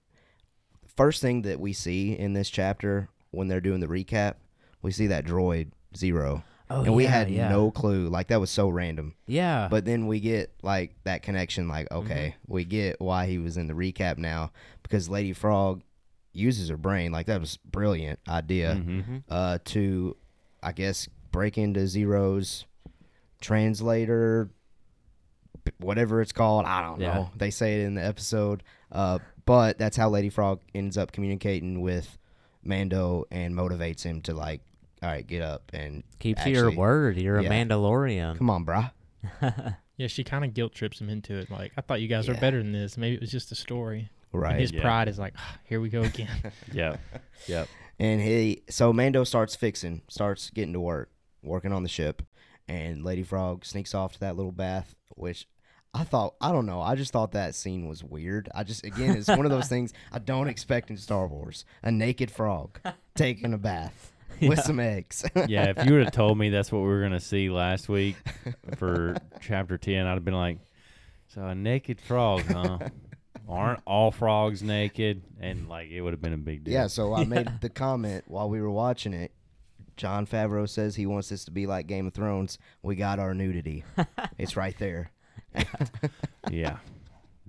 S1: First thing that we see in this chapter when they're doing the recap, we see that droid zero.
S4: Oh,
S1: and we
S4: yeah,
S1: had
S4: yeah.
S1: no clue. Like that was so random.
S4: Yeah. Mm-hmm.
S1: But then we get like that connection. Like okay, we get why he was in the recap now because Lady Frog uses her brain. Like that was brilliant idea
S4: Mm-hmm.
S2: Mhm.
S1: uh, to, I guess, break into Zero's translator, b- whatever it's called. I don't
S4: Yeah.
S1: know. They say it in the episode. Uh, but that's how Lady Frog ends up communicating with Mando and motivates him to, like, all right, get up and
S4: Keep to your
S1: actually-
S4: word. You're
S1: yeah.
S4: a Mandalorian.
S1: Come on, brah.
S3: Yeah, she kind of guilt trips him into it. Like, I thought you guys were
S1: Yeah.
S3: better than this. Maybe it was just a story. And
S1: Right.
S3: his
S2: Yeah.
S3: pride is like, "Ah, here we go again.
S2: Yep. Yep.
S1: And he, so Mando starts fixing, starts getting to work, working on the ship. And Lady Frog sneaks off to that little bath, which I thought, I don't know, I just thought that scene was weird. I just, again, it's one of those things I don't expect in Star Wars a naked frog taking a bath with some eggs.
S2: Yeah. If you would have told me that's what we were gonna see last week for chapter ten, I'd have been like, "So a naked frog, huh? Aren't all frogs naked?" And like, it would have been a big deal.
S1: yeah, so I made the comment while we were watching it. John Favreau says he wants this to be like Game of Thrones. We got our nudity, it's right there.
S2: Yeah.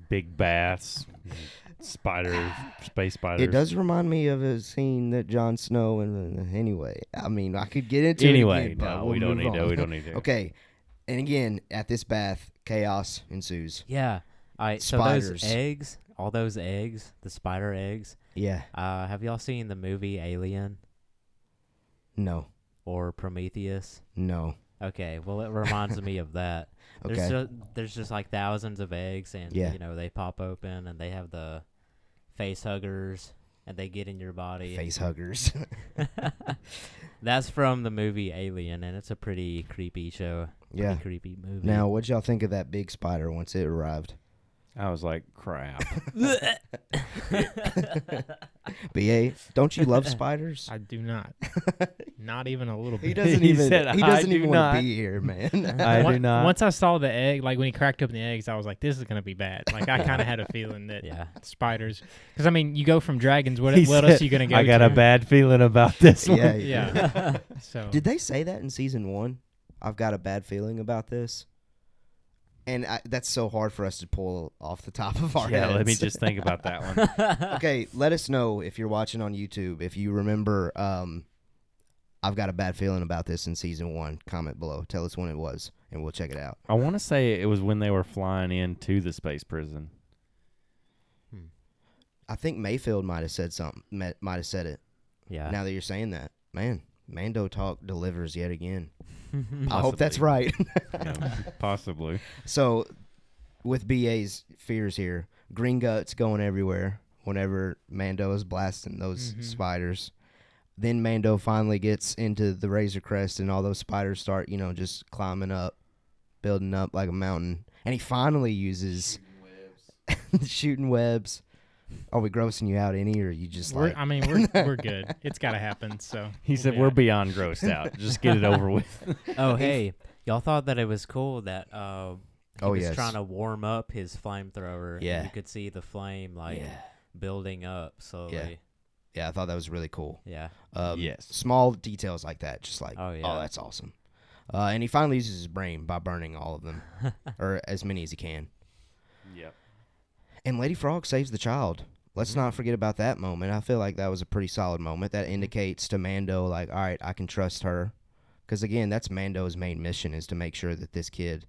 S2: Big baths, spiders, space spiders.
S1: It does remind me of a scene that Jon Snow and anyway, I mean, I could get into
S2: Anyway,
S1: It again, but
S2: no,
S1: we'll
S2: we
S1: move
S2: don't need to.
S1: on.
S2: We don't need to.
S1: okay, and again at this bath, chaos ensues.
S4: Yeah. I so
S1: Spiders.
S4: those eggs, all those eggs, the spider eggs.
S1: Yeah,
S4: Uh, have y'all seen the movie Alien
S1: no,
S4: or Prometheus?
S1: no.
S4: Okay, well it reminds me of that.
S1: Okay.
S4: There's just, there's just like thousands of eggs and
S1: Yeah.
S4: you know, they pop open and they have the face huggers and they get in your body.
S1: Face huggers.
S4: That's from the movie Alien and it's a pretty creepy show. pretty
S1: yeah.
S4: creepy movie.
S1: Now, what y'all think of that big spider once it arrived?
S2: I was like, crap.
S1: Ba, don't you love spiders?
S3: I do not. Not even a little bit.
S1: He doesn't
S2: He
S1: even.
S2: said,
S1: he
S2: "I
S1: doesn't
S2: do
S1: even want to
S2: not."
S1: be here, man.
S2: I
S3: Once-
S2: do not.
S3: Once I saw the egg, like when he cracked open the eggs, I was like, this is going to be bad. Like, I kind of had a feeling that
S4: Yeah.
S3: spiders. Because, I mean, you go from dragons, what,
S2: He
S3: what else
S2: said,
S3: are you going to go
S2: I got
S3: to?
S2: a bad feeling about this one.
S1: yeah.
S3: Yeah. so,
S1: Did they say that in season one? I've got a bad feeling about this. And I, that's so hard for us to pull off the top of our
S2: Yeah,
S1: heads.
S2: let me just think about that one.
S1: okay, let us know if you're watching on YouTube if you remember. Um, I've got a bad feeling about this in season one. Comment below. Tell us when it was, and we'll check it out.
S2: I want to say it was when they were flying into the space prison.
S1: I think Mayfield might have said something. ma- Might have said it.
S4: Yeah.
S1: Now that you're saying that, man, Mando talk delivers yet again. I hope that's
S2: Possibly.
S1: right.
S2: you know, possibly.
S1: So, with BA's fears here, green guts going everywhere whenever Mando is blasting those
S3: Mhm.
S1: spiders. Then Mando finally gets into the Razor Crest, and all those spiders start, you know, just climbing up, building up like a mountain. And he finally uses shooting webs. Are we grossing you out any, or you just
S3: we're,
S1: like
S3: I mean, we're, we're good. It's got to happen. So,
S2: He said,
S3: Yeah.
S2: We're beyond grossed out. Just get it over with.
S4: Oh hey, y'all thought that it was cool that uh, he
S1: Oh,
S4: was
S1: yes.
S4: trying to warm up his flamethrower. and
S1: Yeah.
S4: you could see the flame like
S1: Yeah.
S4: building up slowly.
S1: yeah? I thought that was really cool.
S4: Yeah,
S1: Um,
S2: Yes.
S1: Small details like that, just like,
S4: Oh,
S1: oh,
S4: yeah.
S1: that's awesome. Uh, and he finally uses his brain by burning all of them, or as many as he can.
S2: Yep.
S1: And Lady Frog saves the child. Let's not forget about that moment. I feel like that was a pretty solid moment. That indicates to Mando, like, all right, I can trust her. Because again, that's Mando's main mission is to make sure that this kid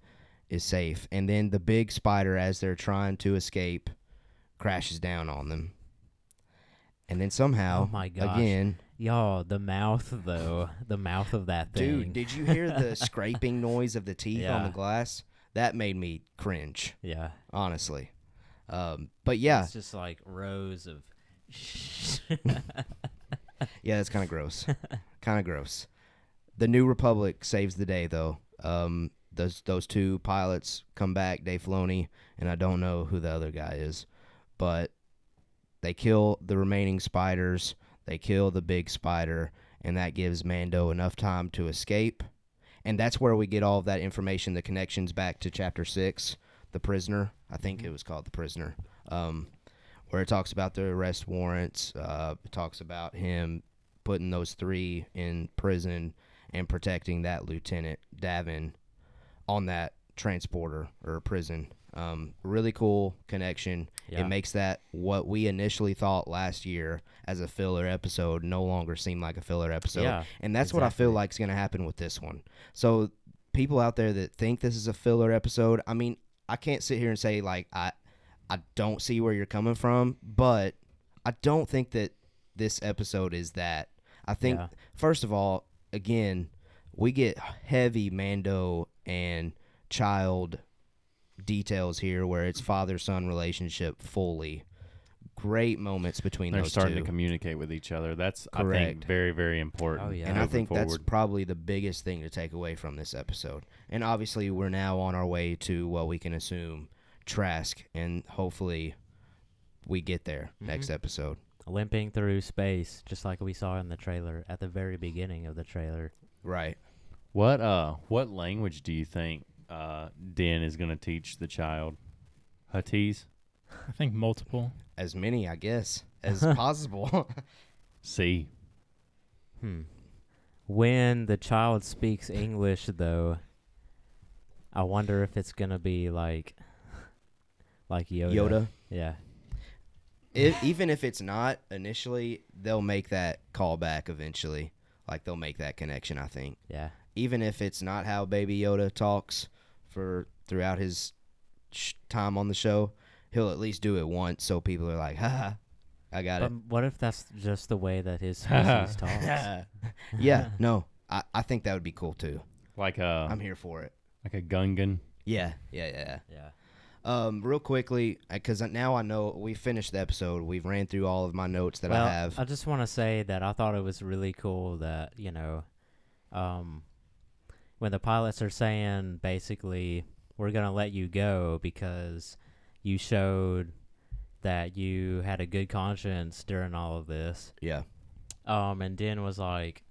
S1: is safe. And then the big spider, as they're trying to escape, crashes down on them. And then somehow,
S4: Oh my gosh.
S1: again,
S4: y'all, the mouth though, the mouth of that thing.
S1: Dude, did you hear the scraping noise of the teeth on the
S4: Yeah.
S1: glass? That made me cringe,
S4: yeah,
S1: honestly. Um, but yeah,
S4: it's just like rows of.
S1: yeah, that's kind of gross. kind of gross. The New Republic saves the day, though. Um, those those two pilots come back, Dave Filoni, and I don't know who the other guy is, but they kill the remaining spiders. They kill the big spider, and that gives Mando enough time to escape. And that's where we get all of that information, the connections back to Chapter Six, the prisoner. I think it was called the prisoner. Um, where it talks about the arrest warrants, uh, it talks about him putting those three in prison and protecting that lieutenant Davin on that transporter or prison. Um, really cool connection.
S4: Yeah.
S1: It makes that what we initially thought last year as a filler episode no longer seem like a filler episode.
S2: Yeah,
S1: and that's what I
S4: exactly.
S1: feel like is going to happen with this one. So people out there that think this is a filler episode, I mean, I can't sit here and say like I I don't see where you're coming from, but I don't think that this episode is that. I think
S4: Yeah.
S1: first of all, again, we get heavy Mando and child details here where it's father son relationship fully. Great moments between
S2: They're
S1: those
S2: starting
S1: two.
S2: to communicate with each other. That's I
S1: Correct.
S2: think very very important.
S4: yeah.
S1: And I
S2: moving
S1: think that's
S2: forward.
S1: probably the biggest thing to take away from this episode. And obviously, we're now on our way to what we can assume Trask, and hopefully, we get there
S2: Mm-hmm.
S1: next episode.
S4: limping through space, just like we saw in the trailer at the very beginning of the trailer.
S1: Right.
S2: what uh what language do you think uh Den is going to teach the child? Huttese,
S3: I think multiple.
S1: As many, I guess, as possible.
S2: C.
S4: Hmm. When the child speaks English, though, I wonder if it's gonna be like, like Yoda.
S1: Yoda.
S4: Yeah.
S1: If, even if it's not initially, they'll make that callback eventually. Like, they'll make that connection, I think.
S4: Yeah.
S1: Even if it's not how Baby Yoda talks for throughout his sh- time on the show, he'll at least do it once so people are like, ha, I got it.
S4: But what if that's just the way that his species talks?
S1: yeah, no, I, I think that would be cool too.
S2: Like
S4: Oh.
S2: a
S1: I'm here for it.
S2: like a Gungan.
S1: Yeah, yeah, yeah.
S4: Yeah.
S1: Um, real quickly, because now I know we finished the episode. We've ran through all of my notes that
S4: well,
S1: I have.
S4: just want to say that I thought it was really cool that you know, um, when the pilots are saying basically we're gonna let you go because you showed that you had a good conscience during all of this.
S1: yeah,
S4: Um, and Den was like,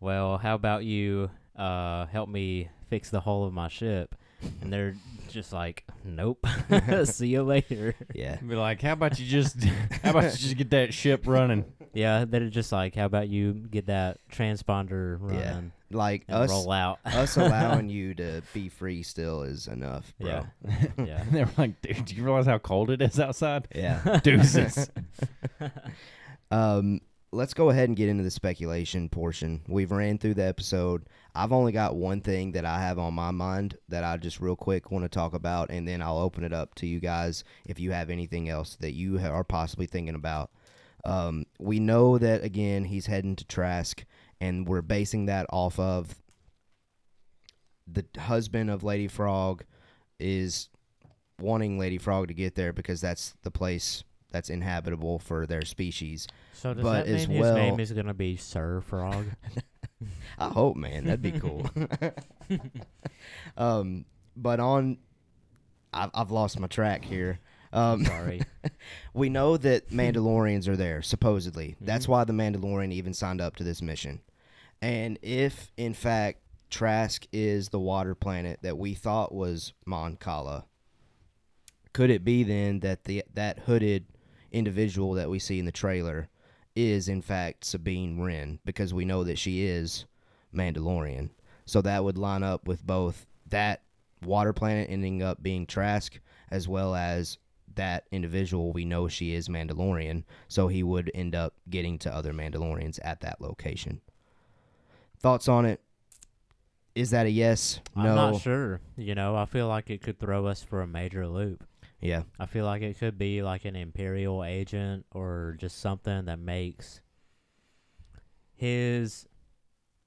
S4: "Well, how about you uh help me fix the hull of my ship?" And they're just like, "Nope, see you later."
S1: yeah,
S2: Be like, how about you just how about you just get that ship running?
S4: Yeah, they're just like, how about you get that transponder running
S1: Yeah. like
S4: and
S1: us.
S4: roll out?
S1: us allowing you to be free still is enough, bro.
S4: Yeah. yeah.
S2: And they were like, dude, do you realize how cold it is outside?
S1: Yeah.
S2: Deuces.
S1: um, let's go ahead and get into the speculation portion. We've ran through the episode. I've only got one thing that I have on my mind that I just real quick want to talk about, and then I'll open it up to you guys if you have anything else that you ha- are possibly thinking about. Um, we know that again he's heading to Trask, and we're basing that off of the husband of Lady Frog is wanting Lady Frog to get there because that's the place that's inhabitable for their species.
S4: So does
S1: But
S4: that mean
S1: as
S4: his name
S1: well-
S4: is gonna be Sir Frog?
S1: I hope, man. That'd be cool. um, but on, I've, I've lost my track here. Um,
S4: Sorry.
S1: we know that Mandalorians are there, supposedly. That's why the Mandalorian even signed up to this mission. And if, in fact, Trask is the water planet that we thought was Mon Cala, could it be then that the that hooded individual that we see in the trailer is in fact Sabine Wren because we know that she is Mandalorian. So that would line up with both that water planet ending up being Trask as well as that individual we know she is Mandalorian, so he would end up getting to other Mandalorians at that location. Thoughts on it? Is that a yes?
S4: I'm
S1: no.
S4: not sure. You know, I feel like it could throw us for a major loop.
S1: Yeah.
S4: I feel like it could be like an imperial agent or just something that makes his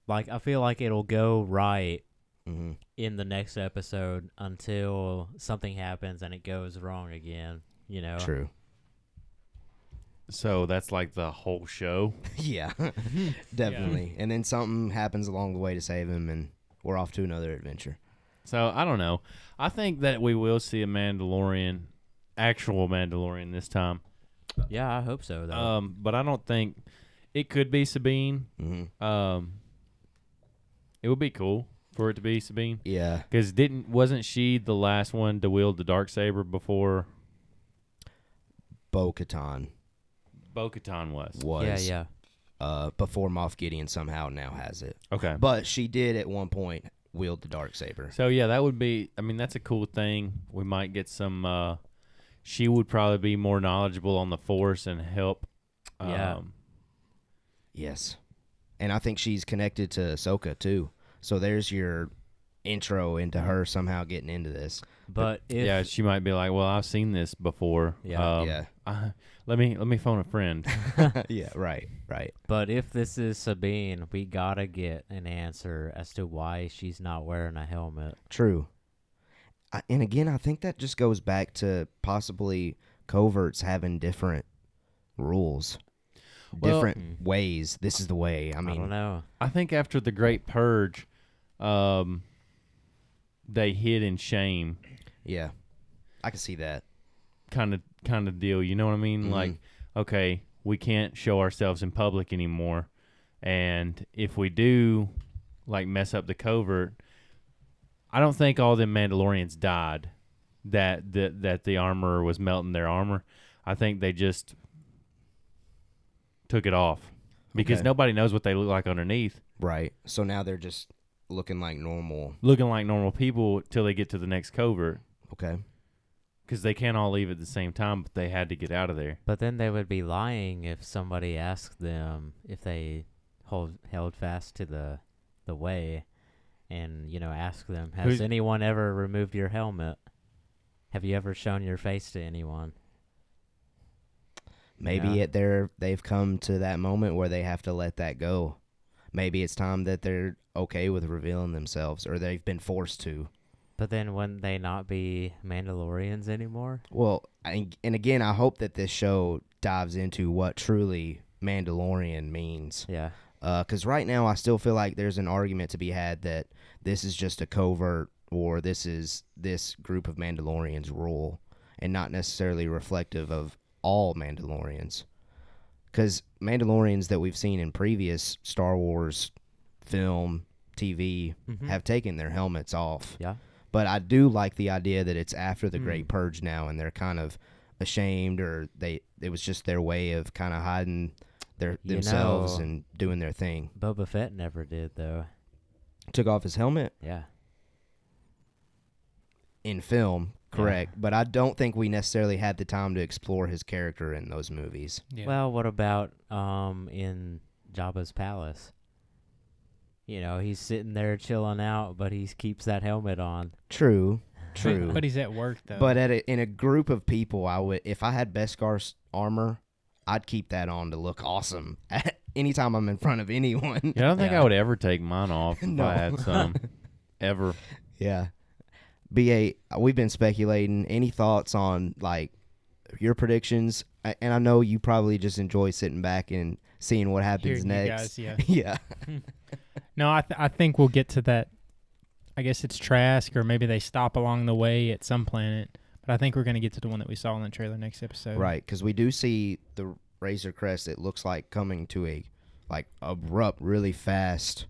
S4: like I feel like it'll go right
S1: hmm
S4: in the next episode until something happens and it goes wrong again, you know.
S1: True.
S2: So that's like the whole show.
S1: yeah. Definitely. And then something happens along the way to save him and we're off to another adventure.
S2: So I don't know. I think that we will see a Mandalorian, actual Mandalorian this time.
S4: Yeah, I hope so though.
S1: Uh,
S2: Um, but I don't think it could be Sabine.
S1: hmm
S2: Um, it would be cool for it to be Sabine
S1: Yeah.
S2: because didn't wasn't she the last one to wield the dark saber before
S1: Bo Katan
S2: Bo-Katan was?
S1: was.
S4: yeah, yeah.
S1: uh, before Moff Gideon somehow now has it.
S2: Okay.
S1: But she did at one point wield the dark saber.
S2: So yeah, that would be. I mean, that's a cool thing. We might get some. Uh, she would probably be more knowledgeable on the force and help. Um,
S4: Yeah.
S1: Yes, and I think she's connected to Ahsoka too. So there's your intro into her somehow getting into this.
S4: But if
S2: yeah, she might be like, "Well, I've seen this before."
S4: Yeah.
S2: Um,
S1: Yeah.
S2: I- let me let me phone a friend.
S1: yeah, right, right.
S4: but if this is Sabine, we gotta get an answer as to why she's not wearing a helmet.
S1: True. I, and again, I think that just goes back to possibly coverts having different rules,
S2: Well-
S1: different
S4: Mm.
S1: ways. This is the way. I
S4: I,
S1: mean,
S4: don't know.
S2: I think after the Great Purge, um, they hid in shame,
S1: yeah, I can see that.
S2: kind of kind of deal. You know what I mean?
S1: Mhm.
S2: Like, okay, we can't show ourselves in public anymore, and if we do, like, mess up the covert, I don't think all the Mandalorians died. That that that the armorer was melting their armor. I think they just took it off because
S1: Okay.
S2: nobody knows what they look like underneath.
S1: Right. So now they're just looking like normal.
S2: looking like normal people till they get to the next covert
S1: Okay.
S2: because they can't all leave at the same time, but they had to get out of there.
S4: But then they would be lying if somebody asked them if they hold held fast to the the way, and you know, ask them, has
S2: Who's-
S4: anyone ever removed your helmet? Have you ever shown your face to anyone?
S1: Maybe
S4: Yeah.
S1: it they're they've come to that moment where they have to let that go. Maybe it's time that they're okay with revealing themselves, or they've been forced to.
S4: But then wouldn't they not be Mandalorians anymore?
S1: Well, I, and again, I hope that this show dives into what truly Mandalorian means.
S4: Yeah.
S1: Because right now, I still feel like there's an argument to be had that this is just a covert or this is this group of Mandalorians' rule and not necessarily reflective of all Mandalorians. Because Mandalorians that we've seen in previous Star Wars film, TV,
S4: Mhm.
S1: have taken their helmets off.
S4: Yeah. Mm.
S1: But I do like the idea that it's after the Great Purge now, and they're kind of ashamed, or they it was just their way of kind of hiding their
S4: You
S1: themselves
S4: know-
S1: and doing their thing.
S4: Boba Fett never did though.
S1: Took off his helmet
S4: Yeah.
S1: in film,
S4: Yeah.
S1: correct? But I don't think we necessarily had the time to explore his character in those movies.
S3: Yeah.
S4: Well, what about um in Jabba's palace? You know, he's sitting there chilling out, but he keeps that helmet on.
S1: True, true.
S3: But, but he's at work though.
S1: But at a, in a group of people, I would if I had Beskar's armor, I'd keep that on to look awesome anytime I'm in front of anyone.
S2: Yeah, I don't think
S4: Yeah.
S2: I would ever take mine off if
S1: No.
S2: I had some ever.
S1: Yeah. BA, we've been speculating. Any thoughts on like your predictions? A- And I know you probably just enjoy sitting back and seeing what happens
S3: Hearing you
S1: next.
S3: guys, yeah.
S1: yeah.
S3: No, I th- I think we'll get to that. I guess it's Trask, or maybe they stop along the way at some planet. But I think we're gonna get to the one that we saw in the trailer next episode.
S1: Right, cuz we do see the Razor Crest it looks like coming to a like abrupt really fast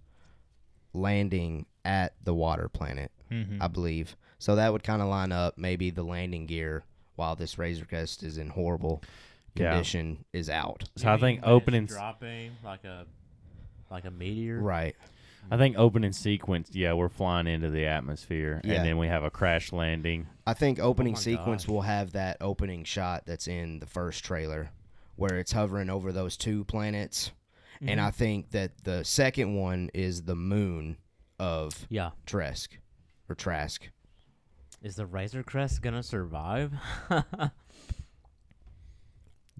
S1: landing at the water planet,
S3: Mm-hmm.
S1: I believe. So that would kind of line up maybe the landing gear while this Razor Crest is in horrible
S2: Yeah.
S1: condition is out.
S2: So I think opening,
S4: dropping like a like a meteor.
S1: Right.
S2: I think opening sequence. Yeah, we're flying into the atmosphere,
S1: Yeah.
S2: and then we have a crash landing.
S1: I think opening
S4: Oh my
S1: sequence
S4: gosh.
S1: will have that opening shot that's in the first trailer where it's hovering over those two planets.
S4: Mm-hmm.
S1: And I think that the second one is the moon of
S4: Yeah.
S1: Tresk or Trask.
S4: Is the Razor Crest gonna survive?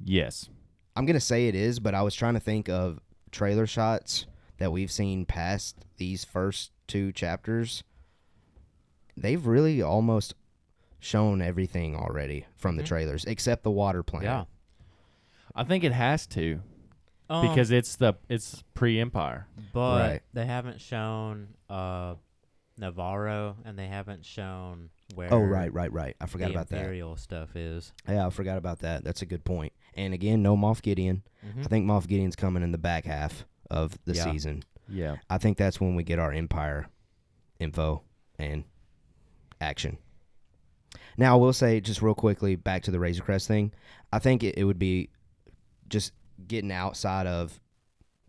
S2: Yes,
S1: I'm going to say it is, but I was trying to think of trailer shots that we've seen past these first two chapters. They've really almost shown everything already from
S4: Mm-hmm.
S1: the trailers except the water planet.
S4: yeah.
S2: I think it has to
S4: Um,
S2: because it's the it's pre Empire.
S4: but
S1: um, Right.
S4: they haven't shown uh Navarro and they haven't shown where
S1: Oh, right, right, right. I forgot
S4: the
S1: about that.
S4: Imperial stuff is.
S1: Yeah, I forgot about that. That's a good point. And again, no Moff Gideon.
S4: Mhm.
S1: I think Moff Gideon's coming in the back half of the
S4: Yeah.
S1: season.
S2: Yeah,
S1: I think that's when we get our Empire info and action. Now, I will say, just real quickly, back to the Razor Crest thing. I think it, it would be just getting outside of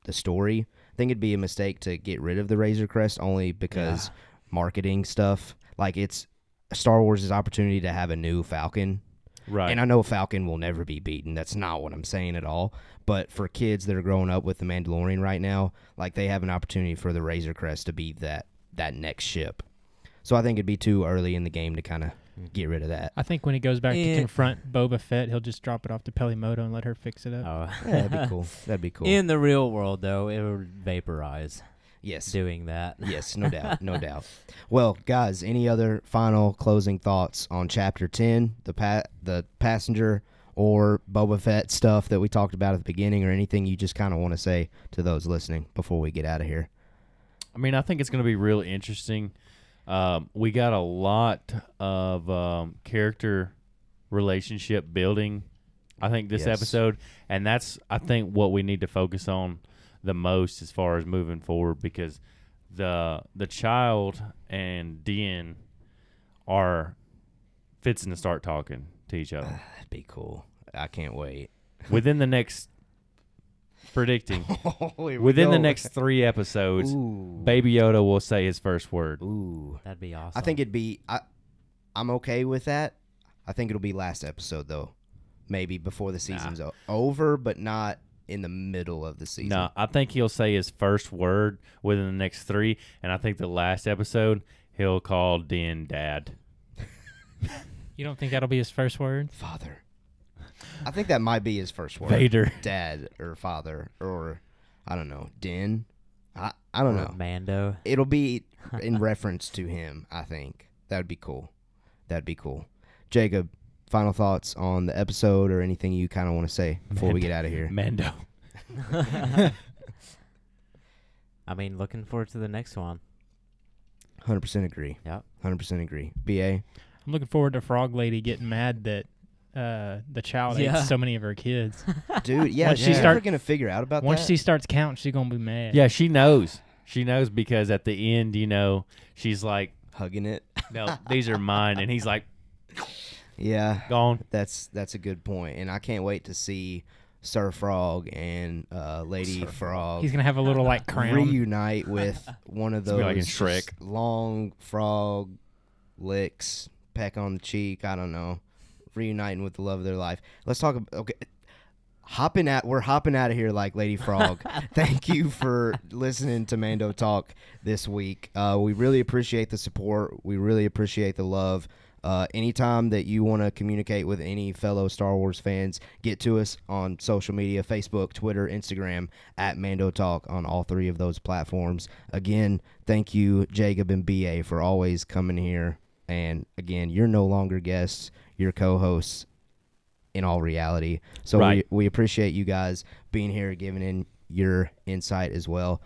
S1: the story. I think it'd be a mistake to get rid of the Razor Crest only because marketing stuff. Like it's Star Wars' opportunity to have a new Falcon.
S2: Right.
S1: And I know Falcon will never be beaten. That's not what I'm saying at all. But for kids that are growing up with the Mandalorian right now, like they have an opportunity for the Razor Crest to be that that next ship. So I think it'd be too early in the game to kind of get rid of that.
S3: I think when he goes back
S4: Eh.
S3: to confront Boba Fett, he'll just drop it off to Pelimoto and let her fix it up.
S4: Oh.
S1: Yeah, that'd be cool. That'd be cool.
S4: In the real world, though, it would vaporize
S1: yes.
S4: doing that.
S1: Yes, no doubt, no doubt. Well, guys, any other final closing thoughts on Chapter Ten, the pa- the passenger or Boba Fett stuff that we talked about at the beginning, or anything you just kind of want to say to those listening before we get out of here?
S2: I mean, I think it's going to be really interesting. Um, we got a lot of um, character relationship building. I think this
S1: Yes.
S2: episode, and that's I think what we need to focus on the most as far as moving forward because the the child and Den are fixing to start talking to each other
S1: That'd be cool. I can't wait.
S2: within the next predicting within the next three episodes.
S1: Ooh.
S2: Baby Yoda will say his first word.
S1: Ooh.
S4: That'd be awesome.
S1: I think it'd be. I, I'm okay with that. I think it'll be last episode though, maybe before the season's o- over, but not in the middle of the season.
S2: No, I think he'll say his first word within the next three, and I think the last episode he'll call Den Dad.
S3: You don't think that'll be his first word?
S1: Father. I think that might be his first word.
S2: Vader.
S1: Dad or father or I don't know, Den. I I don't
S4: Or
S1: know.
S4: Mando.
S1: It'll be in reference to him, I think. That would be cool. That'd be cool. Jacob, final thoughts on the episode or anything you kind of want to say before we get out of here?
S2: Mando.
S4: I mean, looking forward to the next one.
S1: 100% agree.
S4: Yep.
S1: 100% agree. BA.
S3: I'm looking forward to Frog Lady getting mad that uh, the child
S4: Yeah.
S3: ate so many of her kids.
S1: Dude, yeah,
S3: Once
S1: she's
S3: she
S1: never
S3: start-
S1: going to figure out about
S3: Once
S1: that.
S3: she starts counting, she's gonna be mad.
S2: Yeah, she knows. She knows because at the end, you know, she's like,
S1: hugging it.
S2: "No, these are mine," and he's like,
S1: Yeah.
S2: "Gone."
S1: That's that's a good point, and I can't wait to see Sir Frog and uh, Lady Frog
S3: He's gonna have a little like crown.
S1: reunite with one of
S2: It's gonna
S1: those
S2: be like in Shrek.
S1: long frog licks, peck on the cheek. I don't know, reuniting with the love of their life. Let's talk. About, okay, hopping out. We're hopping out of here like Lady Frog. Thank you for listening to Mando Talk this week. Uh, we really appreciate the support. We really appreciate the love. Uh, anytime that you want to communicate with any fellow Star Wars fans, get to us on social media Facebook, Twitter, Instagram, at Mando Talk on all three of those platforms. Again, thank you, Jacob and BA, for always coming here. And again, you're no longer guests, you're co hosts in all reality. So
S2: Right.
S1: we, we appreciate you guys being here, giving in your insight as well.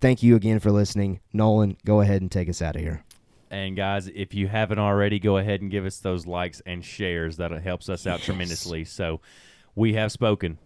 S1: Thank you again for listening. Nolan, go ahead and take us out of here.
S2: And guys, if you haven't already, go ahead and give us those likes and shares. That helps us out tremendously. So, we have spoken.